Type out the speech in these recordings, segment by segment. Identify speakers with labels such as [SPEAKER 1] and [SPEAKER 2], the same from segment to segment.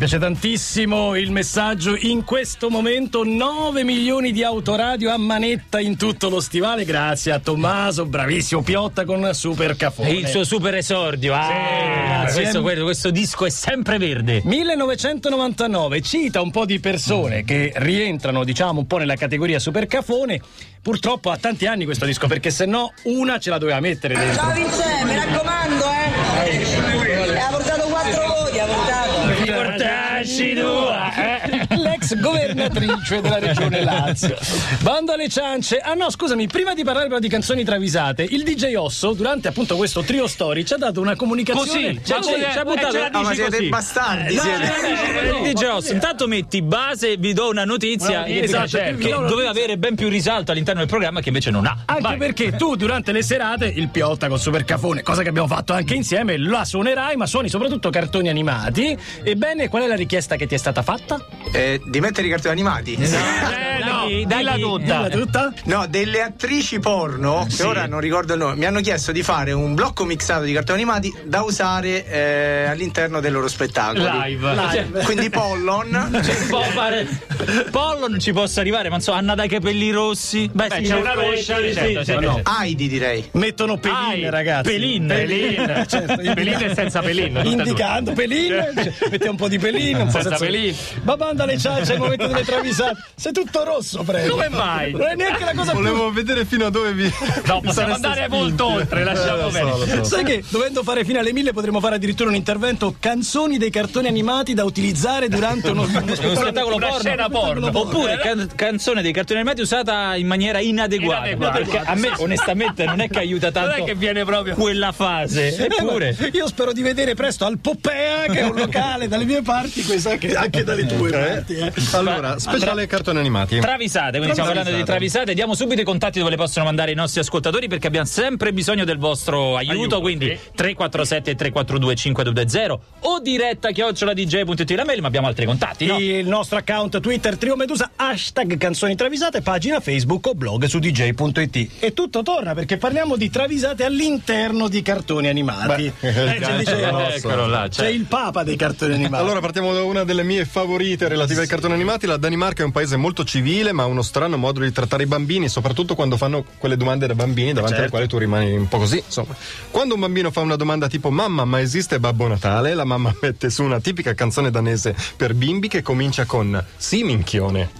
[SPEAKER 1] Mi piace tantissimo il messaggio. In questo momento 9 milioni di autoradio a manetta in tutto lo stivale. Grazie a Tommaso, bravissimo Piotta con Super Cafone.
[SPEAKER 2] E il suo super esordio. Ah,
[SPEAKER 1] Sì,
[SPEAKER 2] questo,
[SPEAKER 1] ehm.
[SPEAKER 2] quello- questo disco è sempre verde.
[SPEAKER 1] 1999 cita un po' di persone che rientrano, diciamo, un po' nella categoria Super Cafone. Purtroppo ha tanti anni questo disco perché se no una ce la doveva mettere dentro.
[SPEAKER 3] Ciao Vince, mi raccomando, eh! E ha portato quattro voti, ha portato!
[SPEAKER 2] Portarci tua,
[SPEAKER 1] Eh. L'ex governatrice della regione Lazio. Bando alle ciance. Ah no, scusami, prima di parlare però di canzoni travisate, il DJ Osso, durante appunto questo trio story, ci ha dato una comunicazione.
[SPEAKER 2] Così, ci ha
[SPEAKER 1] Ma sì,
[SPEAKER 2] buttato-
[SPEAKER 1] ci ha buttato.
[SPEAKER 2] eh, ce l'ha
[SPEAKER 4] No, ma
[SPEAKER 2] Dici
[SPEAKER 4] siete
[SPEAKER 2] così. Eh,
[SPEAKER 4] dei bastardi. siete.
[SPEAKER 2] intanto metti base e vi do una notizia
[SPEAKER 1] Una notizia,
[SPEAKER 2] esatto,
[SPEAKER 1] certo.
[SPEAKER 2] che
[SPEAKER 1] Una notizia.
[SPEAKER 2] doveva avere ben più risalto all'interno del programma che invece non ha.
[SPEAKER 1] Ah, Anche
[SPEAKER 2] Vai.
[SPEAKER 1] perché tu durante le serate, il Piotta con Super Cafone, cosa che abbiamo fatto anche insieme, la suonerai, ma suoni soprattutto cartoni animati. Ebbene, qual è la richiesta che ti è stata fatta?
[SPEAKER 4] Eh, di mettere i cartoni animati?
[SPEAKER 2] Eh, no,
[SPEAKER 1] Dagli-
[SPEAKER 2] dilla
[SPEAKER 1] dagli-
[SPEAKER 2] tutta.
[SPEAKER 1] dilla tutta.
[SPEAKER 4] No, delle attrici porno, che ora non ricordo il nome, mi hanno chiesto di fare un blocco mixato di cartoni animati da usare eh, all'interno dei loro spettacoli.
[SPEAKER 2] Live. Live.
[SPEAKER 4] Quindi Pollon.
[SPEAKER 2] Cioè, può fare- Pollo non ci possa arrivare, ma insomma, Anna dai capelli rossi. Beh, sì, in
[SPEAKER 5] c'è una
[SPEAKER 2] effetti,
[SPEAKER 5] rovescia
[SPEAKER 2] sì,
[SPEAKER 5] di certo,
[SPEAKER 2] sì,
[SPEAKER 5] sì,
[SPEAKER 2] sì.
[SPEAKER 5] no.
[SPEAKER 4] Heidi direi.
[SPEAKER 1] Mettono Pelin,
[SPEAKER 2] Ai,
[SPEAKER 1] ragazzi.
[SPEAKER 2] Pelin.
[SPEAKER 5] Pelin,
[SPEAKER 1] Certo,
[SPEAKER 5] Pelin e senza Pelin. tutte e due.
[SPEAKER 1] indicando pelin cioè, mette un po' di pelin un po'
[SPEAKER 5] Senza pelin.
[SPEAKER 1] ma banda le ciance al momento delle travisate sei tutto rosso prego
[SPEAKER 5] Come mai?
[SPEAKER 1] non è neanche la cosa più
[SPEAKER 4] vedere fino a dove vi.
[SPEAKER 5] No, possiamo andare molto oltre, lasciamo perdere.
[SPEAKER 1] Sai che dovendo fare fino alle mille potremmo fare addirittura un intervento canzoni dei cartoni animati da utilizzare durante uno, uno
[SPEAKER 2] Uno
[SPEAKER 1] spettacolo
[SPEAKER 2] spettacolo
[SPEAKER 5] Una
[SPEAKER 2] porno.
[SPEAKER 5] scena porno.
[SPEAKER 2] Oppure can- canzone dei cartoni animati usata in maniera inadeguata.
[SPEAKER 5] Inadeguata.
[SPEAKER 2] Perché a me, onestamente, non è che aiuta
[SPEAKER 5] Non
[SPEAKER 2] tanto
[SPEAKER 5] è che viene proprio.
[SPEAKER 2] quella fase. Eppure.
[SPEAKER 1] Eh, Io spero di vedere presto al Poppea, che è un locale dalle mie parti, questa anche, anche dalle tue parti. eh.
[SPEAKER 6] Allora, speciale cartoni animati.
[SPEAKER 2] Travisate, quindi stiamo parlando di travisate. Diamo subito i contatti dove le possono mandare i nostri ascoltatori perché abbiamo sempre bisogno del vostro aiuto.
[SPEAKER 5] Aiuto,
[SPEAKER 2] quindi
[SPEAKER 5] sì.
[SPEAKER 2] 347 342 5220 o diretta chioccioladj.it la mail, ma abbiamo altri contatti, no?
[SPEAKER 1] Il nostro account Twitter Trio Medusa, hashtag canzoni travisate, pagina Facebook o blog su dj.it. E tutto torna perché parliamo di travisate all'interno di cartoni animati.
[SPEAKER 6] Beh,
[SPEAKER 1] Eh,
[SPEAKER 6] il
[SPEAKER 1] ce
[SPEAKER 6] cazzo,
[SPEAKER 2] cioè,
[SPEAKER 1] dicevano.
[SPEAKER 6] no.
[SPEAKER 2] Eccolo là, certo.
[SPEAKER 1] C'è il papa dei cartoni animati.
[SPEAKER 6] Allora partiamo da una delle mie favorite relative ai cartoni animati. La Danimarca è un paese molto civile, ma ha uno strano modo di trattare i bambini, soprattutto quando fanno quelle domande da bambini davanti alle quali tu rimani un po' così. Insomma, quando un bambino fa una domanda tipo mamma, ma esiste Babbo Natale? La mamma mette su una tipica canzone danese per bimbi che comincia con Sì, minchione.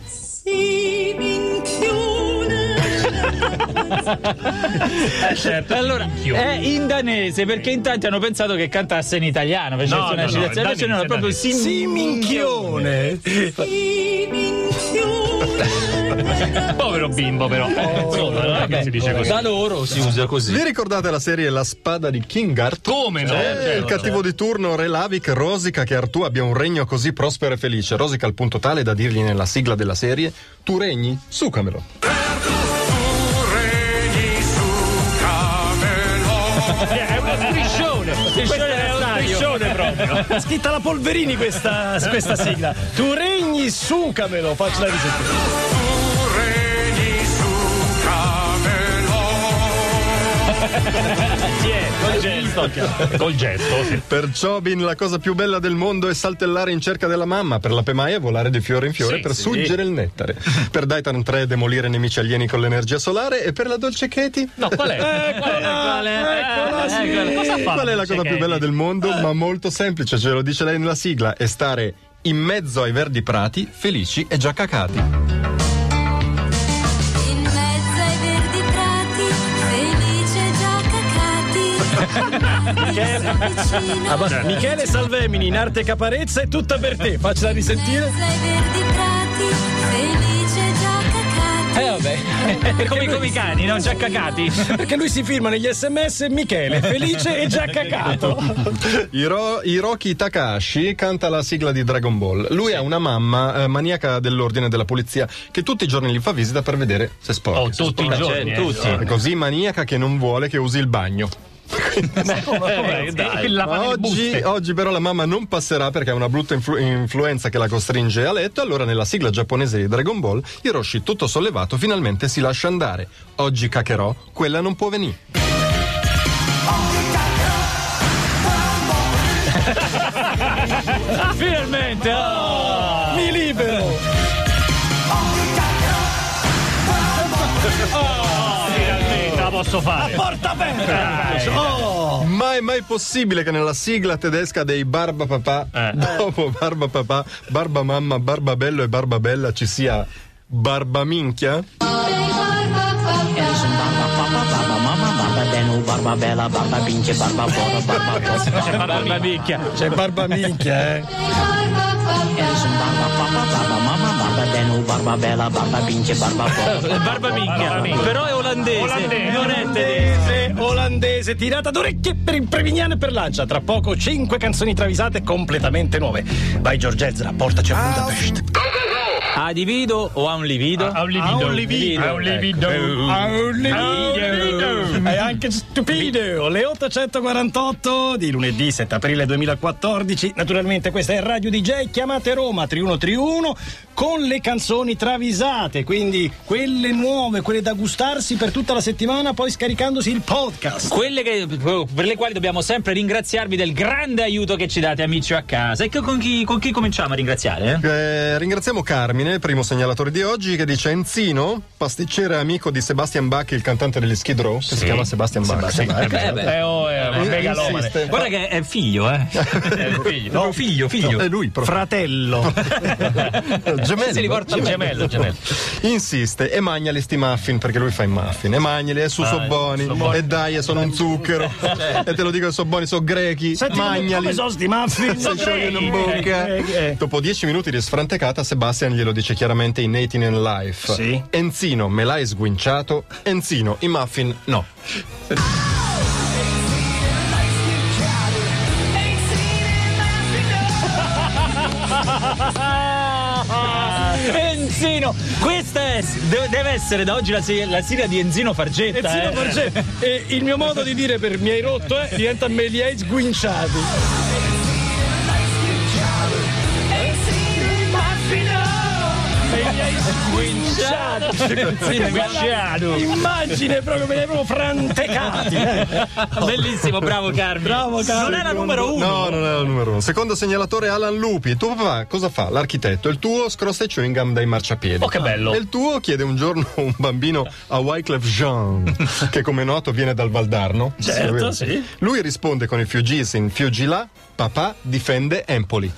[SPEAKER 3] Sì, minchione!
[SPEAKER 5] Certo.
[SPEAKER 2] Allora, è in danese perché in tanti hanno pensato che cantasse in italiano, invece
[SPEAKER 5] No,
[SPEAKER 2] è una
[SPEAKER 5] no, no,
[SPEAKER 2] citazione,
[SPEAKER 5] è
[SPEAKER 2] invece no, è
[SPEAKER 5] danese,
[SPEAKER 2] proprio
[SPEAKER 5] danese.
[SPEAKER 2] sim-
[SPEAKER 1] Sì, minchione.
[SPEAKER 3] Sì, minchione!
[SPEAKER 5] Povero bimbo, però. Eh, Insomma, non è che si dice così.
[SPEAKER 2] Da loro si usa così.
[SPEAKER 6] Vi ricordate la serie La spada di Kingart?
[SPEAKER 5] Come no? Certo,
[SPEAKER 6] Eh, il cattivo di turno Re Lavic rosica che Artù abbia un regno così prospero e felice. Rosica al punto tale da dirgli nella sigla della serie: Tu regni, sucamelo.
[SPEAKER 5] È uno striscione. Questo è uno striscione proprio.
[SPEAKER 1] L'ha scritta la Polverini questa, questa sigla. Tu regni, sucamelo. Faccio la risentire.
[SPEAKER 5] Col gesto. Col gesto,
[SPEAKER 2] Eh,
[SPEAKER 5] sì.
[SPEAKER 6] Per Chobin la cosa più bella del mondo è saltellare in cerca della mamma, per la Pemaia volare di fiore in fiore
[SPEAKER 5] Sì,
[SPEAKER 6] per
[SPEAKER 5] sì.
[SPEAKER 6] suggere il nettare, per Daitan 3 demolire nemici alieni con l'energia solare e per la dolce Katie
[SPEAKER 5] No, qual è? Ah,
[SPEAKER 2] Eccola, eccola, sì.
[SPEAKER 5] Cosa fa?
[SPEAKER 6] Qual è la cosa più bella del mondo? Ma molto semplice, ce lo dice lei nella sigla, è stare in mezzo ai verdi prati, felici e già cacati.
[SPEAKER 7] In mezzo ai verdi prati, felice già cacati.
[SPEAKER 1] Ah, basta.
[SPEAKER 7] In
[SPEAKER 1] Michele Salvemini in arte caparezza è tutta per te. Faccio la risentire.
[SPEAKER 7] mezzo ai verdi prati, felice già cacati.
[SPEAKER 2] Eh vabbè, come, come i cani, no? Già cacati.
[SPEAKER 1] Perché lui si firma negli sms Michele, felice e già cacato.
[SPEAKER 6] Hiro- Hiroki Takahashi canta la sigla di Dragon Ball. Lui ha una mamma eh, maniaca dell'ordine della polizia che tutti i giorni gli fa visita per vedere se sporca.
[SPEAKER 5] Oh,
[SPEAKER 6] se
[SPEAKER 5] tutti i
[SPEAKER 6] sporca.
[SPEAKER 5] giorni.
[SPEAKER 2] Tutti.
[SPEAKER 6] È così maniaca che non vuole che usi il bagno.
[SPEAKER 5] Dai. La
[SPEAKER 6] Ma oggi, oggi però la mamma non passerà perché ha una brutta influ- influenza che la costringe a letto. Allora nella sigla giapponese di Dragon Ball, Hiroshi tutto sollevato finalmente si lascia andare. Oggi cacherò, quella non può venire.
[SPEAKER 2] Finalmente! oh!
[SPEAKER 1] Mi libero!
[SPEAKER 5] Oh, Finalmente la posso fare.
[SPEAKER 1] Porta aperta! Oh!
[SPEAKER 6] Ma è mai possibile che nella sigla tedesca dei Barba Papà,
[SPEAKER 5] Eh.
[SPEAKER 6] dopo Barba Papà, Barba Mamma, Barba Bello e Barba Bella ci sia Barba Minchia?
[SPEAKER 2] C'è barba picchia.
[SPEAKER 1] C'è barba minchia, eh?
[SPEAKER 2] Barba picchia. Però è olandese.
[SPEAKER 5] Olandese.
[SPEAKER 2] Non è tedesco.
[SPEAKER 1] Olandese, olandese, tirata d'orecchie per il Prevignano e per Lancia. Tra poco 5 canzoni travisate completamente nuove. Vai Giorgio Ezra, portaci a
[SPEAKER 5] Ah,
[SPEAKER 1] Budapest.
[SPEAKER 2] Ha divido o ha un livido?
[SPEAKER 5] Ha un livido.
[SPEAKER 2] Ha un livido. Ecco.
[SPEAKER 5] Ha un livido.
[SPEAKER 1] Ah, un
[SPEAKER 5] livido.
[SPEAKER 1] È anche stupido. Le 848 di lunedì 7 aprile 2014. Naturalmente questa è Radio DJ, chiamate Roma 3131 con le canzoni travisate, quindi quelle nuove, quelle da gustarsi per tutta la settimana, poi scaricandosi il podcast.
[SPEAKER 2] Quelle che- per le quali dobbiamo sempre ringraziarvi del grande aiuto che ci date, amici a casa. E co- con chi, con chi cominciamo a ringraziare? eh?
[SPEAKER 6] Eh, ringraziamo Carmine, primo segnalatore di oggi, che dice Enzino, pasticcere amico di Sebastian Bach, il cantante degli Skid Row, che si chiama Sebastian Bach. sì, ecco.
[SPEAKER 2] Eh, beh.
[SPEAKER 5] Eh, oh, eh,
[SPEAKER 6] Eh,
[SPEAKER 5] megalomane.
[SPEAKER 6] insiste.
[SPEAKER 2] Guarda che è figlio, eh.
[SPEAKER 5] Eh, figlio.
[SPEAKER 2] No, figlio, Eh, figlio.
[SPEAKER 6] È lui proprio.
[SPEAKER 1] Fratello.
[SPEAKER 6] Gemello.
[SPEAKER 2] Si riporta a me.
[SPEAKER 5] Gemello, gemello.
[SPEAKER 6] Insiste e magnali sti muffin perché lui fa i muffin. E magnali e su
[SPEAKER 5] Ah,
[SPEAKER 6] so buoni. E dai, e sono un zucchero.
[SPEAKER 5] Certo.
[SPEAKER 6] e te lo dico che so buoni, so grechi.
[SPEAKER 1] Senti, come-
[SPEAKER 6] magnali.
[SPEAKER 1] come sono sti muffin?
[SPEAKER 6] Se sciogliono in
[SPEAKER 1] Eh,
[SPEAKER 6] bocca.
[SPEAKER 1] eh, eh.
[SPEAKER 6] Dopo dieci minuti di sfrantecata, Sebastian glielo dice chiaramente in 18 in Life.
[SPEAKER 1] Sì.
[SPEAKER 6] Enzino, me l'hai sguinciato. Enzino, i muffin no.
[SPEAKER 2] Enzino, questa è, de- deve essere da oggi la, si- la sigla di Enzino Fargetta.
[SPEAKER 1] Zino
[SPEAKER 2] eh.
[SPEAKER 1] Borgè, eh, il mio modo di dire per mi hai rotto eh, diventa me li hai sguinciati.
[SPEAKER 2] Enzino, guarda-
[SPEAKER 1] Immagine proprio, me li hai proprio frantecati. eh.
[SPEAKER 2] Bellissimo, bravo Carmine.
[SPEAKER 1] Bravo, Carmine.
[SPEAKER 2] Non era numero uno.
[SPEAKER 6] No, non è il numero uno. Secondo segnalatore Alan Lupi. Tuo papà cosa fa? L'architetto. Il tuo scrosta i chewing gum dai marciapiedi.
[SPEAKER 5] Oh, che bello.
[SPEAKER 6] E il tuo chiede un giorno un bambino a Wyclef Jean, che come noto viene dal Valdarno.
[SPEAKER 1] Certo,
[SPEAKER 6] Sì, vero? Lui risponde con i Fugees in Fugi là, papà difende Empoli.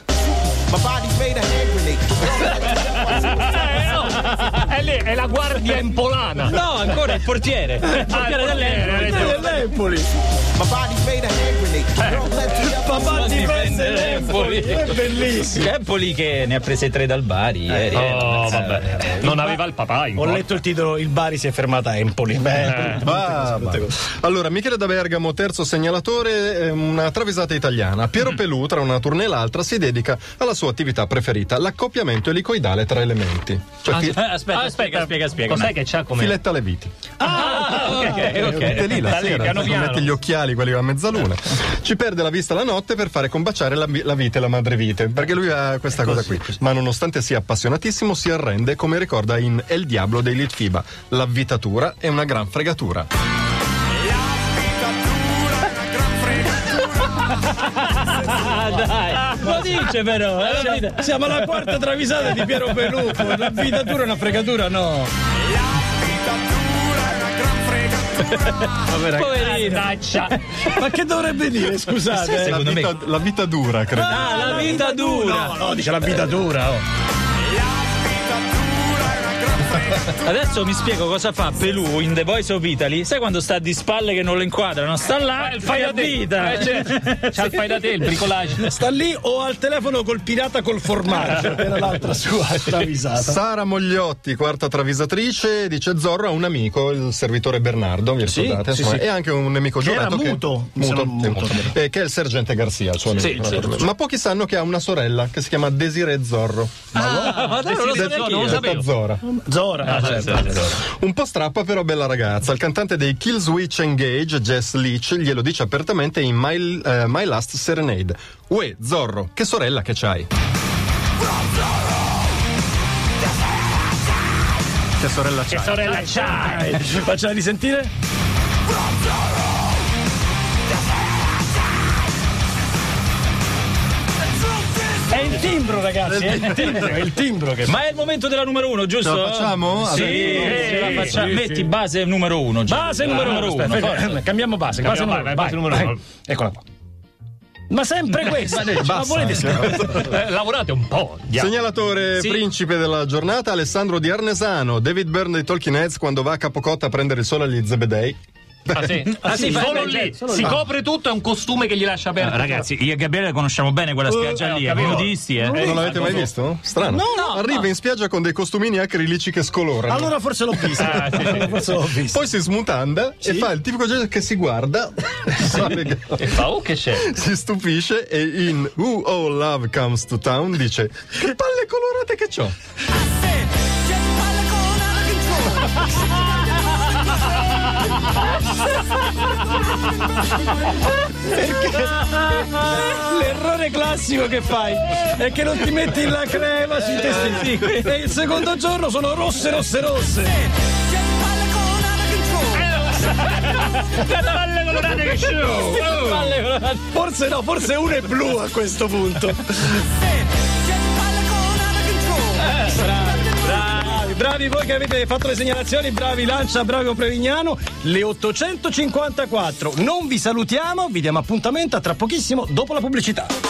[SPEAKER 5] Eh, no. È lì, è la guardia impolana.
[SPEAKER 2] No, ancora il portiere. Il portiere dell'Empoli.
[SPEAKER 1] Ah, Dell'Empoli.
[SPEAKER 2] Eh.
[SPEAKER 1] Papà ti prende l'Empoli. È bellissimo.
[SPEAKER 2] Empoli che ne ha prese tre dal Bari ieri. eh.
[SPEAKER 5] Oh, vabbè. Non aveva il papà in
[SPEAKER 1] Ho
[SPEAKER 5] porta.
[SPEAKER 1] letto il titolo Il Bari si è fermata a Empoli. Beh,
[SPEAKER 6] Ah, ma- Allora, Michele da Bergamo, terzo segnalatore, è una travisata italiana. Piero Pelù, tra una tournée e l'altra, si dedica alla sua attività preferita, l'accoppiamento elicoidale tra elementi. Cioè,
[SPEAKER 2] eh,
[SPEAKER 6] fi-
[SPEAKER 2] Aspetta, aspetta,
[SPEAKER 5] Ah,
[SPEAKER 2] spiega, spiega, spiega.
[SPEAKER 5] Cos'è che c'ha come...
[SPEAKER 6] filetta le viti.
[SPEAKER 2] Ah, ok, ok.
[SPEAKER 6] Mette lì la
[SPEAKER 5] Da lì,
[SPEAKER 6] sera,
[SPEAKER 5] piano
[SPEAKER 6] non
[SPEAKER 5] piano. Eh.
[SPEAKER 6] mette gli occhiali, quelli a mezzaluna. Ci perde la vista la notte per fare combaciare la, la vite e la madrevite, perché lui ha questa cosa qui. Ma nonostante sia appassionatissimo, si arrende, come ricorda in El Diablo dei Litfiba. L'avvitatura è una gran fregatura.
[SPEAKER 2] Ah, dai. Lo dice però. eh, la vita-
[SPEAKER 1] siamo alla quarta travisata di Piero Pelufo. La vita dura è una fregatura, no.
[SPEAKER 2] Poverino.
[SPEAKER 5] Taccia.
[SPEAKER 1] Ma che dovrebbe dire, scusate? eh?
[SPEAKER 6] La
[SPEAKER 2] Secondo me-
[SPEAKER 6] vita, la vita dura, credo.
[SPEAKER 2] Ah, la vita dura.
[SPEAKER 1] No, no, dice la
[SPEAKER 5] Eh.
[SPEAKER 1] vita dura. oh.
[SPEAKER 2] Adesso mi spiego cosa fa Pelù in The Voice of Italy. Sai quando sta di spalle che non lo inquadrano? Sta là e fai
[SPEAKER 5] Eh, Fai
[SPEAKER 2] la
[SPEAKER 5] da te.
[SPEAKER 2] vita.
[SPEAKER 5] Eh, certo. C'ha il fai da te, il bricolage.
[SPEAKER 1] Sta lì o al telefono col pirata col formaggio. Era l'altra sua travisata.
[SPEAKER 6] Sara Mogliotti, quarta travisatrice, dice Zorro ha un amico, il servitore Bernardo, vi
[SPEAKER 1] Sì,
[SPEAKER 6] ricordate?
[SPEAKER 1] sì,
[SPEAKER 6] insomma,
[SPEAKER 1] sì.
[SPEAKER 6] E anche un nemico
[SPEAKER 1] Che era
[SPEAKER 6] giurato
[SPEAKER 1] muto, mi
[SPEAKER 6] muto,
[SPEAKER 1] sembra
[SPEAKER 6] sì,
[SPEAKER 1] muto.
[SPEAKER 6] muto, eh, che è il sergente Garcia, il suo nemico. Ma pochi sanno che ha una sorella che si chiama Desiree Zorro.
[SPEAKER 2] Ah, ma dai, non lo so
[SPEAKER 5] Desideri-
[SPEAKER 2] neanche
[SPEAKER 5] non
[SPEAKER 2] io.
[SPEAKER 5] lo sapevo. Ah, certo,
[SPEAKER 6] Detta Zora.
[SPEAKER 1] Zora. ah, certo.
[SPEAKER 6] Un po' strappa però bella ragazza. Il cantante dei Killswitch Engage, Jess Leach, glielo dice apertamente in My, eh, My Last Serenade. Uè, Zorro, che sorella che c'hai? Che sorella c'hai?
[SPEAKER 5] Che sorella c'ha?
[SPEAKER 1] Dai, Facciamo risentire? è il timbro, ragazzi. È il timbro, è il timbro che
[SPEAKER 2] Ma è il momento della numero uno, giusto?
[SPEAKER 6] Ce la facciamo?
[SPEAKER 2] Sì,
[SPEAKER 6] Adesso?
[SPEAKER 2] ce la facciamo.
[SPEAKER 1] Sì, sì.
[SPEAKER 2] Metti base numero uno. Ah, Gianni.
[SPEAKER 1] Base numero
[SPEAKER 2] Numero
[SPEAKER 1] uno.
[SPEAKER 2] uno.
[SPEAKER 1] Ah, aspetta,
[SPEAKER 2] forza.
[SPEAKER 1] eh, Cambiamo base. base numero
[SPEAKER 5] Cambiamo, vai,
[SPEAKER 1] uno.
[SPEAKER 5] base numero
[SPEAKER 1] vai.
[SPEAKER 5] uno.
[SPEAKER 1] Eccola qua. Ma sempre questa. ma volete
[SPEAKER 5] Eh, lavorate un po'. andiamo.
[SPEAKER 6] Segnalatore
[SPEAKER 2] Sì.
[SPEAKER 6] principe della giornata Alessandro Di Arnesano, David Byrne dei Talking Heads quando va a Capocotta a prendere il sole agli Zebedei.
[SPEAKER 5] Ah, sì.
[SPEAKER 2] Ah, sì, fai-
[SPEAKER 5] solo
[SPEAKER 2] beh,
[SPEAKER 5] lì.
[SPEAKER 2] certo, solo
[SPEAKER 5] si copre tutto, è un costume che gli lascia aperto.
[SPEAKER 2] Ah, Ragazzi, io e Gabriele la conosciamo bene quella spiaggia
[SPEAKER 5] eh, ho
[SPEAKER 2] lì, eh,
[SPEAKER 5] capito.
[SPEAKER 2] nudisti, eh.
[SPEAKER 6] non l'avete mai visto? Strano. Arriva in spiaggia con dei costumini acrilici che scolorano.
[SPEAKER 1] Allora forse l'ho vista.
[SPEAKER 5] Ah, sì, sì.
[SPEAKER 1] Forse l'ho vista.
[SPEAKER 6] Poi si smutanda e fa il tipico gesto che si guarda, fa le gambe,
[SPEAKER 5] E fa, oh che c'è?
[SPEAKER 6] si stupisce e in Who All Love Comes to Town dice che palle colorate che c'ho.
[SPEAKER 1] L'errore classico che fai è che non ti metti la crema sui testicoli. E il secondo giorno sono rosse, rosse, rosse.
[SPEAKER 3] Eh.
[SPEAKER 5] Palle colorate che c'è! Oh.
[SPEAKER 1] Forse no, forse uno è blu a questo punto.
[SPEAKER 3] Eh.
[SPEAKER 1] Bravi, bravi voi che avete fatto le segnalazioni, bravi Lancia, bravo Prevignano. Le 854. Non vi salutiamo, vi diamo appuntamento a tra pochissimo dopo la pubblicità.